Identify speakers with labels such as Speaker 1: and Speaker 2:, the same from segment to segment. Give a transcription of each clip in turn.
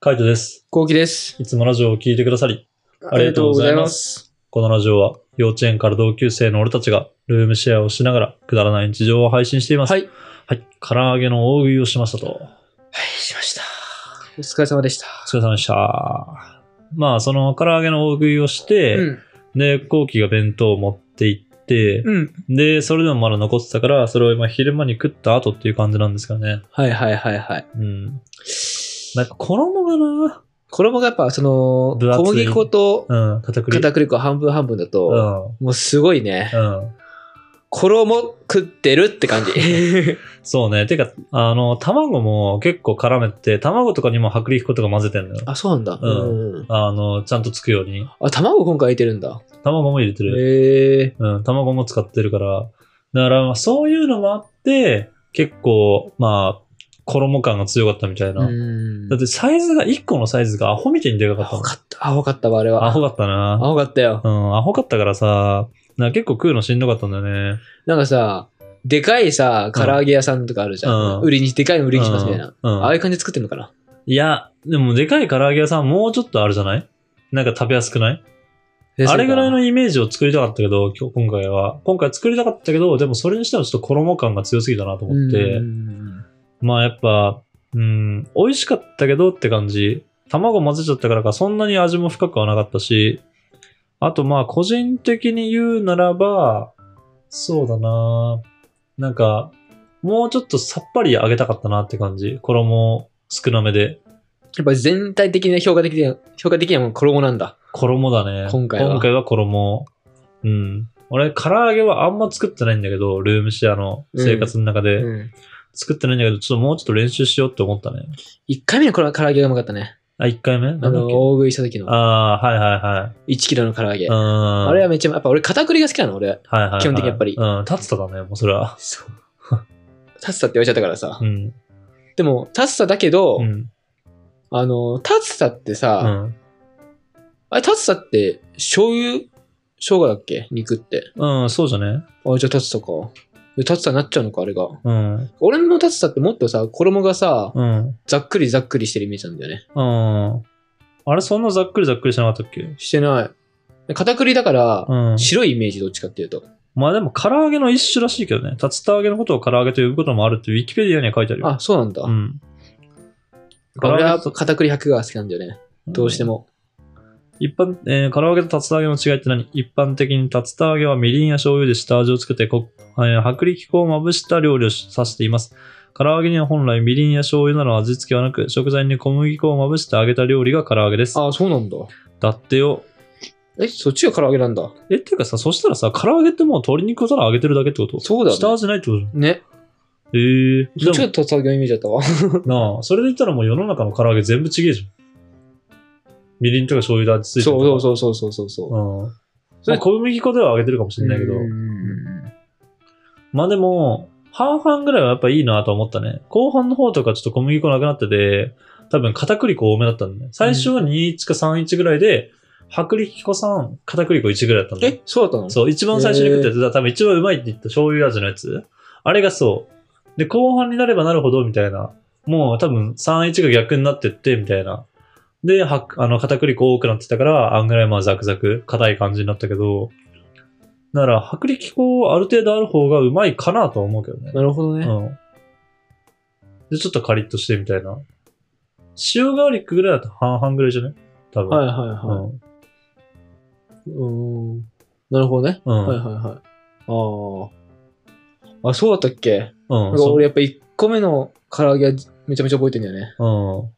Speaker 1: カイトです。
Speaker 2: こうきです。
Speaker 1: いつもラジオを聞いてくださり、ありがとうございます。このラジオは幼稚園から同級生の俺たちがルームシェアをしながらくだらない日常を配信しています。
Speaker 2: はい。はい、
Speaker 1: はい。唐揚げの大食いをしましたと。
Speaker 2: しました。お疲れ様でした。
Speaker 1: お疲れ様でした。まあ、その唐揚げの大食いをして、
Speaker 2: うん。
Speaker 1: で、後期が弁当を持って行って、
Speaker 2: うん。
Speaker 1: で、それでもまだ残ってたから、それを今昼間に食った後っていう感じなんですけどね。
Speaker 2: はいはいはいはい。
Speaker 1: うん。なんか衣がな、
Speaker 2: 衣がやっぱ、その、
Speaker 1: 分厚
Speaker 2: 小
Speaker 1: い
Speaker 2: 麦粉と
Speaker 1: うん、片栗。
Speaker 2: 片栗粉半分半分だ
Speaker 1: う
Speaker 2: と、
Speaker 1: ん。
Speaker 2: もうすごいね。
Speaker 1: うん。
Speaker 2: 衣食ってるって感じ。
Speaker 1: そうね。てか、あの、卵も結構絡めて、卵とかにも薄力粉とか混ぜてんのよ。
Speaker 2: あ、そうなんだ。
Speaker 1: うん
Speaker 2: うん。
Speaker 1: あの、ちゃんとつくように。
Speaker 2: あ、卵今回入れてるんだ。
Speaker 1: 卵も入れてる。
Speaker 2: へえ。
Speaker 1: うん、卵も使ってるから。だから、まあそういうのもあって、結構、まあ、衣感が強かったみたいな。
Speaker 2: うん。
Speaker 1: だってサイズが、1個のサイズがアホみたいにでかか
Speaker 2: ア
Speaker 1: った
Speaker 2: ホ
Speaker 1: の。
Speaker 2: かった。アホかったわ、あれは。
Speaker 1: アホかった
Speaker 2: ア
Speaker 1: な。
Speaker 2: ホかったよ。
Speaker 1: うん、アホかったからさ、なんか結構食うのしんどかったんだよね。
Speaker 2: なんかさ、でかいさ、唐揚げ屋さんとかあるじゃ
Speaker 1: うん
Speaker 2: ん。売りに、でかいの売りにしますみたいな。
Speaker 1: うん。うん
Speaker 2: ああいう感じで作ってんのかない
Speaker 1: や、でもでかい唐揚げ屋さんもうちょっとあるじゃないなんか食べやすくないあれぐらいのイメージを作りたかったけど、今日今回は。今回作りたかったけど、でもそれにしてはちょっと衣感が強すぎたなと思って
Speaker 2: う。ん
Speaker 1: まあやっぱ、うん、美味しかったけどって感じ。卵混ぜちゃったからか、そんなに味も深くはなかったし。あとまあ個人的に言うならば、そうだななんか、もうちょっとさっぱり揚げたかったなって感じ。衣少なめで。
Speaker 2: やっぱ全体的な評価的には、評価的にはもう衣なんだ。
Speaker 1: 衣だね。
Speaker 2: 今回は
Speaker 1: 今回は衣。うん。俺、唐揚げはあんま作ってないんだけど、ルームシェアの生活の中で。
Speaker 2: うん。
Speaker 1: 作ってないんだけど、ちょっともうちょっと練習しようって思ったね。
Speaker 2: 1回目のこの唐揚げがうまかったね。
Speaker 1: あ、1回目な
Speaker 2: あ
Speaker 1: んだっ
Speaker 2: の、
Speaker 1: け
Speaker 2: 大食いした時の
Speaker 1: ああー、はいはいはい。
Speaker 2: 1キロの唐揚げ。
Speaker 1: う
Speaker 2: あ
Speaker 1: ん。
Speaker 2: れはめっちゃ、やっぱ俺片栗が好きなの、俺。
Speaker 1: はいはいはい
Speaker 2: 基本的にやっぱり
Speaker 1: うん、立つとだね、もうそれは。
Speaker 2: そう。タッサって言われちゃったからさ
Speaker 1: う。ん。
Speaker 2: でも、タッサだけど
Speaker 1: う、ん。
Speaker 2: あの、タッサって
Speaker 1: う
Speaker 2: さ、
Speaker 1: ん。
Speaker 2: あれタッサって醤油、生姜だっけ肉って。
Speaker 1: うん、そうじゃね。
Speaker 2: あ、じゃあタッサか。でタッサになっちゃうのか、あれが。
Speaker 1: うん。
Speaker 2: 俺のタッサってもっとさ、衣がさ、
Speaker 1: うん。
Speaker 2: ざっくりざっくりしてるイメージなんだよね。
Speaker 1: うん。あれ、そんなざっくりざっくりしてなかったっけ
Speaker 2: してない。片栗だから、
Speaker 1: うん。
Speaker 2: 白いイメージどっちかっていうと。
Speaker 1: まあでも、唐揚げの一種らしいけどね。竜田揚げのことを唐揚げと呼ぶこともあるって、ウィキペディアには書いてあるよ。
Speaker 2: あ、そうなんだ。
Speaker 1: うん。
Speaker 2: 俺はやっぱ片栗白が好きなんだよね。どうしても。
Speaker 1: 一般、えー、唐揚げと竜田揚げの違いって何一般的に竜田揚げはみりんや醤油で下味をつけてこ、えー薄力粉をまぶした料理を指しています。唐揚げには本来みりんや醤油などの味付けはなく、食材に小麦粉をまぶして揚げた料理が唐揚げです。
Speaker 2: あ、そうなんだ。
Speaker 1: だってよ。
Speaker 2: え、そっちが唐揚げなんだ。
Speaker 1: え、っていうかさ、そしたらさ、唐揚げってもう鶏肉をただ揚げてるだけってこと
Speaker 2: そうだね
Speaker 1: 下味ないってことじゃん。
Speaker 2: ね。
Speaker 1: えー、
Speaker 2: どっち
Speaker 1: じ
Speaker 2: が
Speaker 1: ゃ
Speaker 2: 竜田揚げのイメージだったわ。
Speaker 1: あ、なあ、それで言ったらもう世の中の唐揚げ全部ちげえじゃん。みりんとか醤油で味付いて
Speaker 2: そう
Speaker 1: る
Speaker 2: そう
Speaker 1: う
Speaker 2: そうそうそうそ
Speaker 1: そ
Speaker 2: う
Speaker 1: う。
Speaker 2: そう。
Speaker 1: うん。
Speaker 2: そ
Speaker 1: ま
Speaker 2: れ
Speaker 1: あ小麦粉では揚げてるかもしれないけど。
Speaker 2: うん
Speaker 1: まあでも、半々ぐらいはやっぱいいなと思ったね。後半の方とかちょっと小麦粉なくなってて、多分片栗粉多めだったんだね。最初は21か31ぐらいで、薄力粉3、片栗粉1ぐらいだったんだよ
Speaker 2: え、そうだったの
Speaker 1: そう、一番最初に食ったやつだ。多分一番うまいって言った醤油味のやつ。あれがそう。で、後半になればなるほど、みたいな。もう多分31が逆になってって、みたいな。で、はあの、片栗粉多くなってたから、あんぐらいまあザクザク、硬い感じになったけど、なら、薄力粉ある程度ある方がうまいかなとは思うけどね。
Speaker 2: なるほど
Speaker 1: う
Speaker 2: ね。
Speaker 1: ん。で、ちょっとカリッとしてみたいな。塩ガーリックぐらいだと半々ぐらいじゃね多分。
Speaker 2: はいはいは
Speaker 1: う
Speaker 2: い。うん。なるほどね。
Speaker 1: ん。うん。
Speaker 2: はいはいはい。ああ。あ、そうだったっけ
Speaker 1: う
Speaker 2: なん
Speaker 1: ん。
Speaker 2: か
Speaker 1: そう
Speaker 2: 俺やっぱ1個目の唐揚げはめちゃめちゃ覚えてんだよね。
Speaker 1: う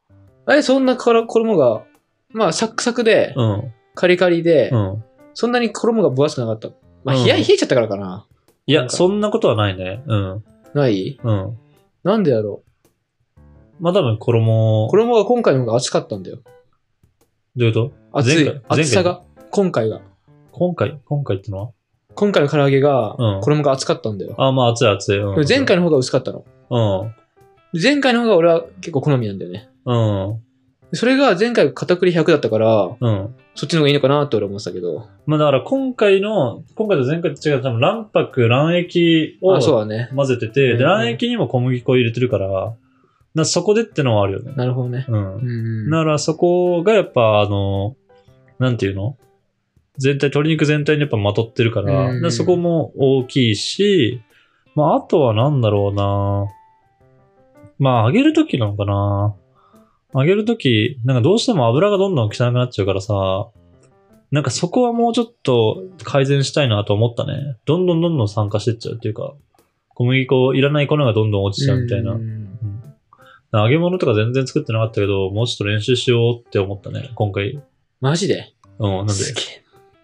Speaker 2: あれ、そんなから衣が、まあサクサクで、
Speaker 1: ん。うん。
Speaker 2: カリカリで
Speaker 1: う、ん。
Speaker 2: そんなに衣が分厚くなかった。まあ、
Speaker 1: うん
Speaker 2: 冷や、冷えちゃったからかな。
Speaker 1: い
Speaker 2: な
Speaker 1: や、
Speaker 2: んか
Speaker 1: そんなことはないね。うん。
Speaker 2: ない
Speaker 1: うん。
Speaker 2: なんでだろ
Speaker 1: まあ多分衣
Speaker 2: う。
Speaker 1: を、
Speaker 2: 衣が今回の方が厚かったんだよ。
Speaker 1: どういうこと
Speaker 2: 厚
Speaker 1: 前
Speaker 2: い
Speaker 1: 回。前回
Speaker 2: 厚さが。今回が。
Speaker 1: 今回今回ってのは
Speaker 2: 今回の唐揚げが
Speaker 1: うん、
Speaker 2: 衣が厚かったんだよ。
Speaker 1: ああ、まあ熱い熱い。うん
Speaker 2: でも前。回の方が薄かったの。
Speaker 1: うん。
Speaker 2: 前回の方が俺は結構好みなんだよね。
Speaker 1: うん。
Speaker 2: それが前回片栗100だったから、
Speaker 1: うん。
Speaker 2: そっちの方がいいのかなって俺思ってたけど。
Speaker 1: まあだから今回の、今回と前回と違う、多分卵白、卵液を
Speaker 2: あ、そうだね。
Speaker 1: 混ぜてて、
Speaker 2: うん
Speaker 1: で、卵液にも小麦粉入れてるから、なそこでってのはあるよね。
Speaker 2: なるほどね。
Speaker 1: うん
Speaker 2: う。ん。
Speaker 1: だからそこがやっぱあの、なんていうの全体、鶏肉全体にやっぱまとってるから、
Speaker 2: うん
Speaker 1: だからそこも大きいし、まああとはなんだろうなまあ揚げるときなのかな揚げるとき、なんかどうしても油がどんどん汚くなっちゃうからさ、なんかそこはもうちょっと改善したいなと思ったね。どんどんどんどん酸化してっちゃうっていうか、小麦粉、いらない粉がどんどん落ちちゃうみたいな。
Speaker 2: うん
Speaker 1: 揚げ物とか全然作ってなかったけど、もうちょっと練習しようって思ったね、今回。
Speaker 2: マジで、
Speaker 1: うん、なんです
Speaker 2: げえ。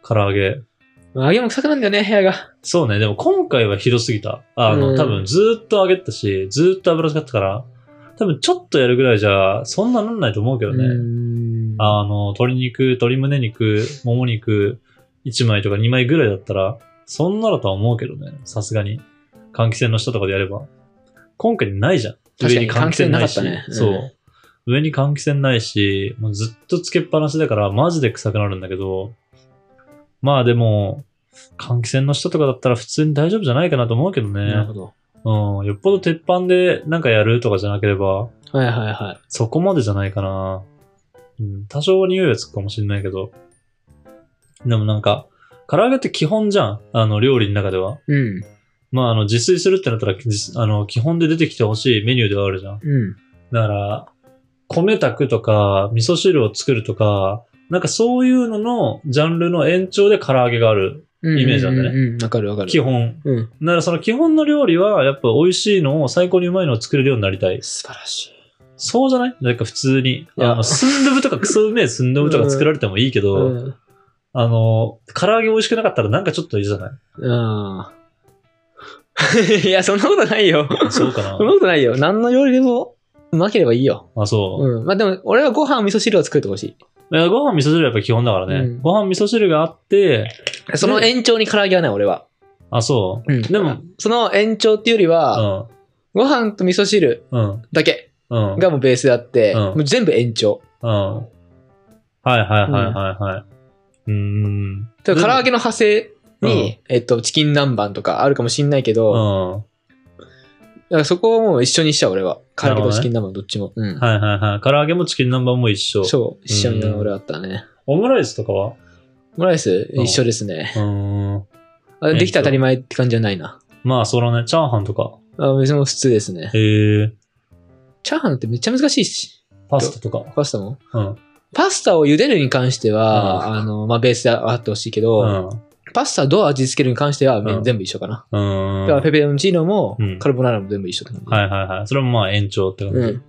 Speaker 1: 唐揚げ。
Speaker 2: 揚げも臭くなんだよね、部屋が。
Speaker 1: そうね、でも今回はひどすぎた。あ
Speaker 2: う
Speaker 1: の、
Speaker 2: ん
Speaker 1: 多分ずーっと揚げてたし、ずーっと油使ってたから、多分ちょっとやるぐらいじゃ、そんななんないと思うけどね。
Speaker 2: うん
Speaker 1: あの、鶏肉、鶏胸肉、もも肉、1枚とか2枚ぐらいだったら、そんなだとは思うけどね、さすがに。換気扇の下とかでやれば。今回ないじゃん。
Speaker 2: 確かに
Speaker 1: し、
Speaker 2: 換気扇なかったねうん
Speaker 1: そう。上に換気扇ないし、もうずっとつけっぱなしだから、マジで臭くなるんだけど、まあでも、換気扇の下とかだったら普通に大丈夫じゃないかなと思うけど
Speaker 2: なる
Speaker 1: ね
Speaker 2: ほ。ど。
Speaker 1: うん。よっぽど鉄板でなんかやるとかじゃなければ、
Speaker 2: はいはいはい。
Speaker 1: そこまでじゃないかな。うん、多少匂いはつくかもしれないけど。でもなんか、唐揚げって基本じゃん。あの、料理の中では。
Speaker 2: うん。
Speaker 1: まあ、あの、自炊するってなったら、自あの、基本で出てきてほしいメニューではあるじゃん。
Speaker 2: うん。
Speaker 1: だから、米炊くとか、味噌汁を作るとか、なんかそういうののジャンルの延長で唐揚げがある。
Speaker 2: うん
Speaker 1: イメージなんだね
Speaker 2: うんうん。わかるわかる。
Speaker 1: 基本。
Speaker 2: うん。
Speaker 1: だからその基本の料理は、やっぱ美味しいのを最高にうまいのを作れるようになりたい。
Speaker 2: 素晴らしい。
Speaker 1: そうじゃないなんか普通に。
Speaker 2: いや
Speaker 1: あの、スンドゥブとかクソうめえスンドゥブとか作られてもいいけど、
Speaker 2: うん。
Speaker 1: あの、唐揚げ美味しくなかったらなんかちょっといいじゃない
Speaker 2: うん。 いや、そんなことないよ。
Speaker 1: そうか
Speaker 2: そんな
Speaker 1: な
Speaker 2: ことないよ。何の料理でもうまければいいよ。
Speaker 1: あ、そう。
Speaker 2: うん。まあでも、俺はご飯、味噌汁を作ってほし
Speaker 1: いやご飯味噌汁はやっぱ基本だからね。
Speaker 2: うん
Speaker 1: ご飯味噌汁があって、
Speaker 2: い。その延長に唐揚げはない、俺は。
Speaker 1: あ、そうう。
Speaker 2: ん
Speaker 1: でも、
Speaker 2: その延長っていうよりは、ご飯と味噌汁
Speaker 1: うん、うん、
Speaker 2: だけ
Speaker 1: うん。
Speaker 2: がもうベースであって、
Speaker 1: うん
Speaker 2: もう全部延長。
Speaker 1: うん。はいはいはいはいはい。うーん。
Speaker 2: だから唐揚
Speaker 1: げ
Speaker 2: げの派生に、えっと、チキン南蛮とかあるかもしんないけど、
Speaker 1: うん。
Speaker 2: だからそこをもう一緒にしちゃう、俺は。唐揚げとチキン南蛮どっちも。うん。
Speaker 1: はいはいはい。唐揚げもチキン南蛮も一緒。
Speaker 2: そう、一緒にな
Speaker 1: うん
Speaker 2: 俺だったね。
Speaker 1: オムライスとかは
Speaker 2: オムライス、
Speaker 1: うん
Speaker 2: 一緒ですね。
Speaker 1: うーん。
Speaker 2: あできたら当たり前って感じじゃないな。
Speaker 1: まあ、そのね、チャーハンとか。
Speaker 2: あ別に普通ですね。
Speaker 1: へえ。
Speaker 2: チャーハンってめっちゃ難しいし、
Speaker 1: パスタとか。
Speaker 2: パスタも。
Speaker 1: うん。
Speaker 2: パスタを茹でるに関しては、
Speaker 1: う
Speaker 2: あの、まあ、ベースであってほしいけど、
Speaker 1: うん。
Speaker 2: パスタどう味付けるに関しては、
Speaker 1: うん
Speaker 2: 全部一緒かな。
Speaker 1: うん。
Speaker 2: だからペペロンチーノも、
Speaker 1: うん
Speaker 2: カルボナーラも全部一緒って感じ。
Speaker 1: はいはいはい。それもまあ延長って感じ。
Speaker 2: うん。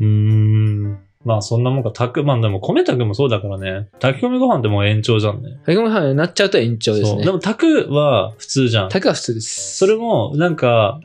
Speaker 1: うーん。まあそんなもんか。炊く、まあでも米炊くもそうだからね。炊き込みご飯ってもう延長じゃんね。
Speaker 2: 炊き込みご飯になっちゃうと延長ですね
Speaker 1: で。も炊くは普通じゃん。
Speaker 2: 炊くは普通です。
Speaker 1: それもなんか、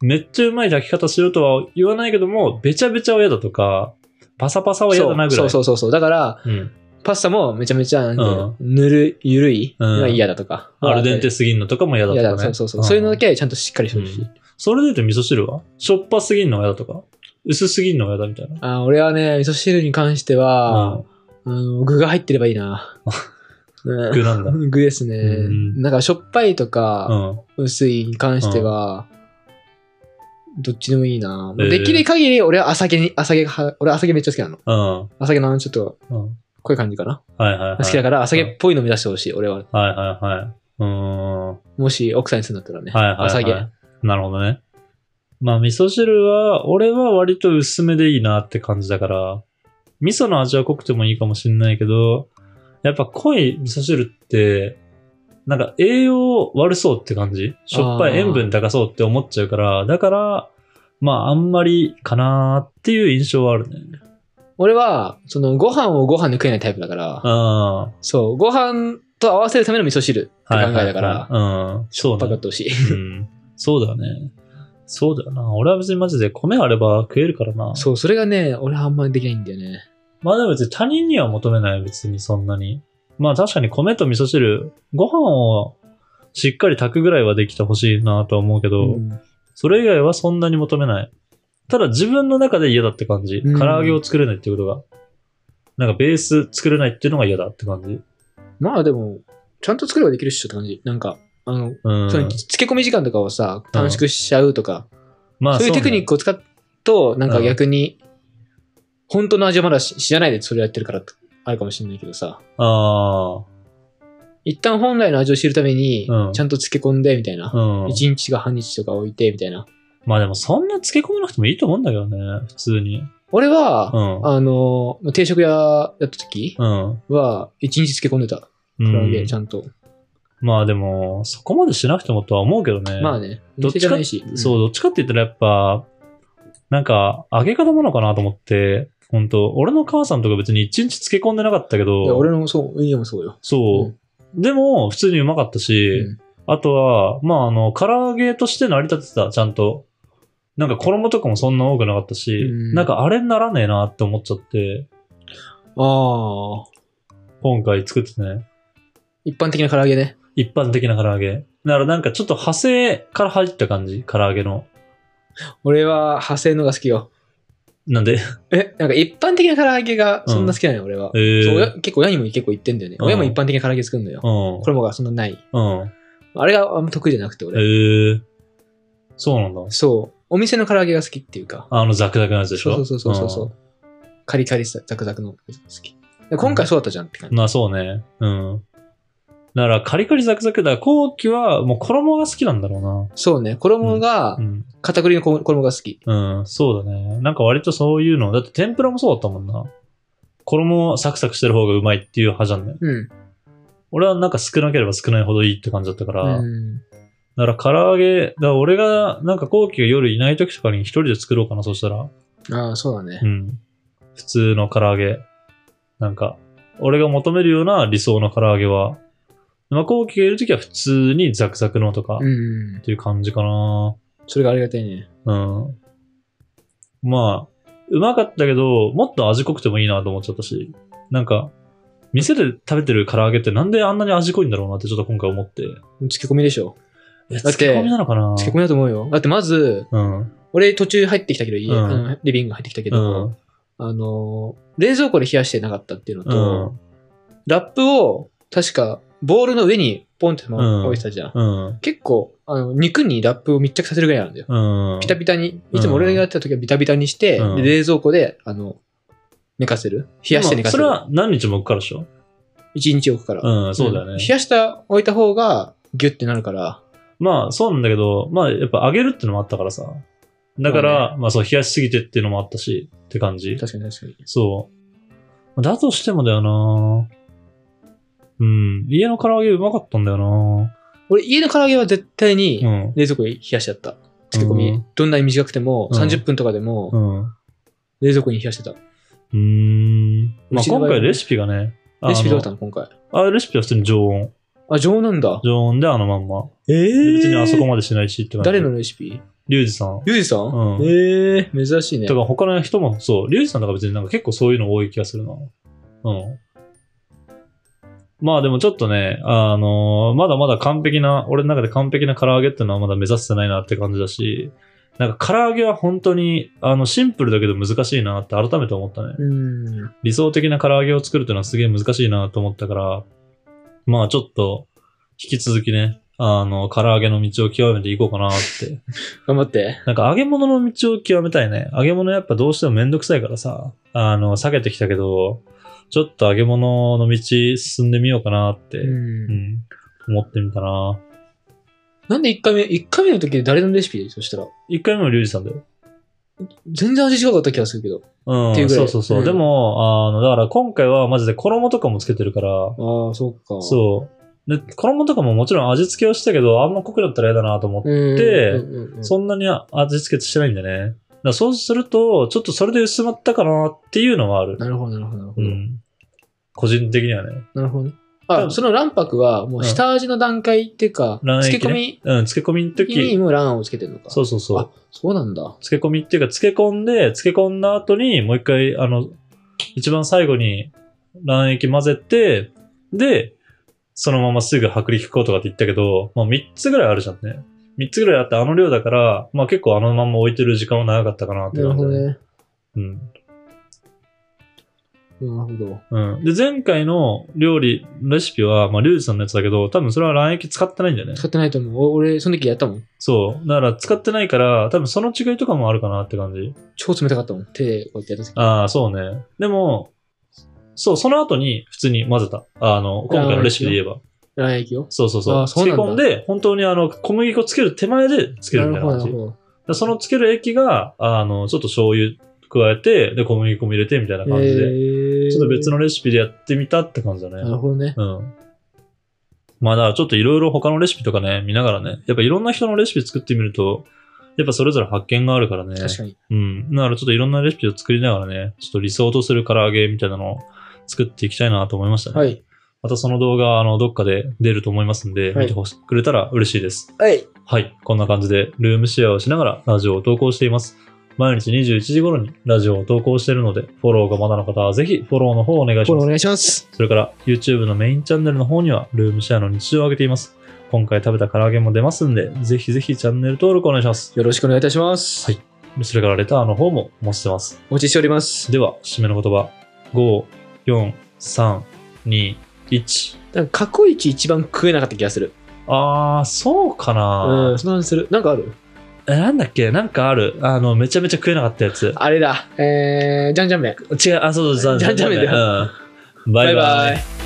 Speaker 1: めっちゃうまい炊き方しろとは言わないけども、べちゃべちゃは嫌だとか、パサパサは嫌だなぐらい。
Speaker 2: そうそうそうそう。だから、
Speaker 1: う。ん。
Speaker 2: パスタもめちゃめちゃ、なんていうの
Speaker 1: うん
Speaker 2: ぬる、ゆるい
Speaker 1: うん
Speaker 2: のが嫌だとか。
Speaker 1: アルデンテすぎんのとかも嫌だと
Speaker 2: 嫌
Speaker 1: か
Speaker 2: だ、
Speaker 1: ね。
Speaker 2: そうそうそう。そういうのだ
Speaker 1: け。
Speaker 2: けちゃんとしっかりしてほしい。
Speaker 1: うんそれで言うと味噌汁はしょっぱすぎんのが嫌だとか、薄すぎんのが嫌だみたいな。
Speaker 2: あー俺はね、味噌汁に関しては、
Speaker 1: うん
Speaker 2: あの具が入ってればい いな。うん
Speaker 1: 具 なんだ。う
Speaker 2: 具ですね。
Speaker 1: うん
Speaker 2: なんかしょっぱいとか、
Speaker 1: ん。
Speaker 2: 薄いに関しては、どっちでもいいな。
Speaker 1: えー
Speaker 2: できる限り俺は浅毛に、浅毛がは、俺浅毛めっちゃ好きなの。
Speaker 1: うん。うん。
Speaker 2: 浅毛のちょっと、こういう感じかな。
Speaker 1: はいはいはい。
Speaker 2: 好きだから、浅毛っぽいの目指してほしい、俺は。
Speaker 1: はいはいはい。うーん。は
Speaker 2: もし奥さんにするんだったらね。
Speaker 1: いはい、はい。
Speaker 2: 浅毛。
Speaker 1: なるほどね。まあ味噌汁は、俺は割と薄めでいいなって感じだから、味噌の味は濃くてもいいかもしれないけど、やっぱ濃い味噌汁って、なんか栄養悪そうって感じしょっぱ
Speaker 2: あ
Speaker 1: い
Speaker 2: ー
Speaker 1: 塩分高そうって思っちゃうから、だから、まああんまりかなーっていう印象はあるね。
Speaker 2: 俺は、その、ご飯をご飯で食えないタイプだから、
Speaker 1: あ
Speaker 2: そう、ご飯と合わせるための味噌汁って
Speaker 1: あ。はい
Speaker 2: 考え
Speaker 1: はいはい
Speaker 2: だから、
Speaker 1: うん。そう
Speaker 2: パ
Speaker 1: ね
Speaker 2: ク。ってほし い。
Speaker 1: うんそうだよね。そうだよな。俺は別にマジで米あれば食えるからな。
Speaker 2: そう、それがね、俺はあんまりできないんだよね。
Speaker 1: まあでも別に他人には求めない別にそんなに。まあ確かに米と味噌汁、ご飯をしっかり炊くぐらいはできてほしいなとは思うけど、
Speaker 2: うん
Speaker 1: それ以外はそんなに求めない。ただ自分の中で嫌だって感じ。
Speaker 2: うん
Speaker 1: 唐揚げを作れないってことが。なんかベース作れないっていうのが嫌だって感じ。
Speaker 2: まあでも、ちゃんと作ればできるっしょって感じ。なんか、あ
Speaker 1: う
Speaker 2: の、
Speaker 1: ん
Speaker 2: そ。の、漬け込み時間とかをさ、短縮しちゃうとか、
Speaker 1: まあ
Speaker 2: そういうテクニッ
Speaker 1: ク
Speaker 2: クを使っと、なんか
Speaker 1: うん
Speaker 2: 逆に、本当の味をまだし知らないでそれやってるから、あるかもしれないけどさ、
Speaker 1: あ
Speaker 2: 一旦本来の味を知るために
Speaker 1: うん、
Speaker 2: ちゃんと漬け込んで、みたいな。
Speaker 1: あ。うん。
Speaker 2: 一日が半日とか置いて、みたいな。
Speaker 1: まあでもそんな漬け込まなくてもいいと思うんだけどね、普通に。
Speaker 2: 俺
Speaker 1: う
Speaker 2: は、
Speaker 1: ん。
Speaker 2: あの、定食屋やった時
Speaker 1: うん。
Speaker 2: は、一日漬け込んでた。
Speaker 1: う
Speaker 2: 唐揚げ、
Speaker 1: ん
Speaker 2: ち、ゃんと。
Speaker 1: まあでも、そこまでしなくてもとは思うけどね。
Speaker 2: まあね、
Speaker 1: どっち
Speaker 2: 店じゃ
Speaker 1: か
Speaker 2: ないし。
Speaker 1: そうう、どっちかって言ったらやっぱ、なんか、揚げ方なのかなと思って、本当俺の母さんとか別に一日漬け込んでなかったけ
Speaker 2: ん。いや
Speaker 1: ど、
Speaker 2: 俺の、そう、家もそうよ。
Speaker 1: そう。でも、普通にうまかったし、
Speaker 2: うん
Speaker 1: あとは、まあ、あの、唐揚げとして成り立ってた、ちゃんと。なんか衣とかもそんな多くなかったし、
Speaker 2: うん
Speaker 1: なんかあれにならねえなって思っちゃって、
Speaker 2: ああ、
Speaker 1: 今回作ってね。
Speaker 2: 一般的な唐揚げね。
Speaker 1: 一般的な唐揚げ。だからなんかちょっと派生から入った感じ、唐揚げの。
Speaker 2: 俺は派生のが好きよ。
Speaker 1: なんで、
Speaker 2: え、なんか一般的な唐揚げがそんな好きなのよ、俺は。
Speaker 1: えー
Speaker 2: そう親結構親にも結構言ってんだよね。
Speaker 1: うん
Speaker 2: 親も一般的な唐揚げ作るのよ。
Speaker 1: うん。
Speaker 2: 衣がそんなない。
Speaker 1: うん。
Speaker 2: あれがあんま得意じゃなくて、
Speaker 1: え
Speaker 2: 俺。
Speaker 1: ー、そうなんだ。
Speaker 2: そう。お店の唐揚げが好きっていうか。
Speaker 1: あのザクザクのやつでしょ
Speaker 2: そうそうそうそうそう、
Speaker 1: ん
Speaker 2: カリカリさザクザクの好き。で今回そうだったじゃんって感じ。
Speaker 1: まあそうね。うん。だからカリカリザクザクだ。後期はもう衣が好きなんだろ
Speaker 2: そうね。衣が
Speaker 1: うな。う、ん。
Speaker 2: 片栗のこ衣が好き。
Speaker 1: うん、そうだね。なんか割とそういうの。だって天ぷらもそうだったもんな。衣をサクサクしてる方がうまいっていう派じゃんね。
Speaker 2: うん。
Speaker 1: 俺はなんか少なければ少ないほどいいって感じだったから。
Speaker 2: うん
Speaker 1: だから唐揚げ、だから俺がなんか後期が夜いない時とかに一人で作ろうかな、そしたら。
Speaker 2: ああ、そうだね
Speaker 1: う。ん。普通の唐揚げ。なんか、俺が求めるような理想の唐揚げは、まあ後期がいる時は普通にザクザクのとか
Speaker 2: う、ん。
Speaker 1: っていう感じかな。
Speaker 2: それがありがたいね。
Speaker 1: うん。まあ、うまかったけど、もっと味濃くてもいいなと思っちゃったし、なんか、店で食べてる唐揚げってなんであんなに味濃いんだろうなってちょっと今回思って。
Speaker 2: 漬け込みでしょ。
Speaker 1: え、
Speaker 2: だっ
Speaker 1: 漬
Speaker 2: て
Speaker 1: け込みなのかな
Speaker 2: 漬け込みだと思うよ。だってまず、
Speaker 1: うん。
Speaker 2: 俺途中入ってきたけど、家、
Speaker 1: うん
Speaker 2: あのリビング入ってきたけ
Speaker 1: う
Speaker 2: ど、
Speaker 1: ん。
Speaker 2: あのー、冷蔵庫で冷やしてなかったっていうの
Speaker 1: う
Speaker 2: と、
Speaker 1: ん。
Speaker 2: ラップを確かボールの上にポンってま置いてたじゃん。
Speaker 1: うん。
Speaker 2: 結構あの、肉にラップを密着させるぐらいなんだよ。
Speaker 1: うん。
Speaker 2: ビタビタに、いつも俺がやってた時はビタビタにして、
Speaker 1: うん
Speaker 2: で冷蔵庫で、あの、寝かせる。冷やして寝かせる。
Speaker 1: まあそれは何日も置くからでしょ
Speaker 2: 1日置くから。
Speaker 1: うん、そうだよね。
Speaker 2: 冷やした、置いた方がギュッてなるから、
Speaker 1: まあ、そうなんだけど、まあ、やっぱ揚げるってのもあったからさ。だから、
Speaker 2: ま
Speaker 1: まあ、そう、冷やしすぎてっていうのもあったし、って感じ。
Speaker 2: 確かに確かに。
Speaker 1: そう。だとしてもだよなうん。家の唐揚げうまかったんだよな
Speaker 2: 俺、家の唐揚げは絶対に
Speaker 1: うん。
Speaker 2: 冷蔵庫で冷やしちゃった。漬け込み。
Speaker 1: うん
Speaker 2: どんなに短くても、
Speaker 1: うん
Speaker 2: 30分とかでも、
Speaker 1: うん。う
Speaker 2: 冷蔵庫に冷やしてた。
Speaker 1: ーん。まあ、
Speaker 2: うちの場合
Speaker 1: 今回レシピがね。
Speaker 2: レシピどうだった
Speaker 1: の
Speaker 2: の今回。
Speaker 1: あレシピは普通に常温。
Speaker 2: あ、常温なんだ。
Speaker 1: 常温であのまんま。
Speaker 2: え
Speaker 1: で
Speaker 2: え
Speaker 1: 別にあそこまでしないしって感じ。
Speaker 2: 誰のレシピ
Speaker 1: リュウジさん。
Speaker 2: ゆうじさん、
Speaker 1: うん
Speaker 2: ええ珍しいね
Speaker 1: と。か他の人もそう、リュウジさんとか別になんか結構そういうの多い気がするな。うん。まあでもちょっとね、あのーまだまだ完璧な、俺の中で完璧な唐揚げってのはまだ目指せてないなって感じだし、なんか唐揚げは本当にあのシンプルだけど難しいなって改めて思ったね。
Speaker 2: うん。
Speaker 1: 理想的な唐揚げを作るっていうのはすげえ難しいなと思ったから、まあちょっと引き続きね、あの、唐揚げの道を極めていこうかなって
Speaker 2: 頑張って。
Speaker 1: なんか揚げ物の道を極めたいね。揚げ物やっぱどうしてもめんどくさいからさ、あの、避けてきたけど、ちょっと揚げ物の道進んでみようかなって、うん、思ってみたな。
Speaker 2: なんで1回目、1回目の時誰のレシピそしたら。
Speaker 1: 一回目もリュウジさんだよ。
Speaker 2: 全然味違かった気がするけど。
Speaker 1: うん、
Speaker 2: っていうぐら
Speaker 1: そ
Speaker 2: いう
Speaker 1: そうそう。
Speaker 2: うん
Speaker 1: でも、あの、だから今回はマジで衣とかもつけてるから、
Speaker 2: ああ、そうか。う。
Speaker 1: そう。で、衣とかももちろん味付けをしたけど、あんま濃くなったら嫌だなと思って、
Speaker 2: うん、
Speaker 1: で
Speaker 2: うんうんうん
Speaker 1: そんなに味付けしてないんだね。だからそうすると、ちょっとそれで薄まったかなっていうのはある。
Speaker 2: なるほど、なるほど、なるほ
Speaker 1: う
Speaker 2: ど。
Speaker 1: ん。個人的にはね。
Speaker 2: なるほどね。
Speaker 1: 多
Speaker 2: あ、
Speaker 1: 分
Speaker 2: その卵白は、もう下味の段階っていうか、
Speaker 1: 卵液ね
Speaker 2: 漬け込
Speaker 1: う
Speaker 2: み
Speaker 1: ん、漬け込みの
Speaker 2: 時に
Speaker 1: 時、
Speaker 2: もう卵黄をつけてるのか。
Speaker 1: そうそうそ
Speaker 2: あ
Speaker 1: う。
Speaker 2: そうなんだ。
Speaker 1: 漬け込みっていうか、漬け込んで、漬け込んだ後に、もう一回、あの、一番最後に卵液混ぜて、で、そのまますぐ薄力粉とかって言ったけど、まあ3つぐらいあるじゃんね。3つぐらいあってあの量だから、まあ結構あのまま置いてる時間は長かったかなって
Speaker 2: なる
Speaker 1: 感じ
Speaker 2: ほ
Speaker 1: だ
Speaker 2: ど
Speaker 1: ね。
Speaker 2: ね。
Speaker 1: うん。
Speaker 2: なるほど。
Speaker 1: うん。で、前回の料理、レシピは、まあ、リュウジさんのやつだけど、多分それは卵液使ってないんだよね。
Speaker 2: 使ってないと思う。お俺、その時やったもん。
Speaker 1: そう。だから使ってないから、多分その違いとかもあるかなって感じ。
Speaker 2: 超冷たかったもん。手でこうやってやった時。
Speaker 1: ああ、そうね。でも、そう、その後に普通に混ぜた。あの、今回のレシピで言えば。
Speaker 2: 卵液を。
Speaker 1: そうそうそ
Speaker 2: あ
Speaker 1: う。
Speaker 2: ーそう
Speaker 1: 漬け
Speaker 2: なんだ
Speaker 1: 込んで、本当にあの、小麦粉つける手前でつけ
Speaker 2: な
Speaker 1: るみた
Speaker 2: る
Speaker 1: い
Speaker 2: ほ
Speaker 1: な感
Speaker 2: ど、な
Speaker 1: じ。
Speaker 2: るほど。
Speaker 1: でそのつける液が、あの、ちょっと醤油加えて、で、小麦粉も入れてみたいな感じで、
Speaker 2: えー
Speaker 1: ちょっと別のレシピでやってみたって感じだ
Speaker 2: なる
Speaker 1: ね。
Speaker 2: ほどね。
Speaker 1: うん。まあだからちょっといろいろ他のレシピとかね、見ながらね、やっぱいろんな人のレシピ作ってみると、やっぱそれぞれ発見があるからね。
Speaker 2: 確かに。
Speaker 1: うん。だからちょっといろんなレシピを作りながらね、ちょっと理想とする唐揚げみたいなのを作っていきたいなと思いましたね。
Speaker 2: はい。
Speaker 1: またその動画、あの、どっかで出ると思いますんで、
Speaker 2: はい
Speaker 1: 見てほしくれたら嬉しいです。
Speaker 2: はい。
Speaker 1: はい。こんな感じで、ルームシェアをしながらラジオを投稿しています。毎日21時頃にラジオを投稿しているので、フォローがまだの方はぜひフォローの方をお願いし
Speaker 2: こ
Speaker 1: ま
Speaker 2: れお
Speaker 1: す。
Speaker 2: 願いします。
Speaker 1: それから、YouTube のメインチャンネルの方には、ルームシェアの日常を上げています。今回食べた唐揚げも出ますんで、ぜひぜひチャンネル登録お願いします。
Speaker 2: よろしくお願いいたします。
Speaker 1: はいそれから、レターの方もお待ちしてます。
Speaker 2: お待ちしております。
Speaker 1: では、締めの言葉。5、4、3、2、1。
Speaker 2: なんか過去一一番食えなかった気がする。
Speaker 1: あー、そうか
Speaker 2: う、、
Speaker 1: なん
Speaker 2: その話する。なんかある
Speaker 1: え、なんだっけなんかある。あの、めちゃめちゃ食えなかったやつ。
Speaker 2: あれだ。えー、じゃんじゃん麺。
Speaker 1: 違う、あ、そうそう、
Speaker 2: じゃんじゃん麺だよ
Speaker 1: うんバイバイ。
Speaker 2: イ。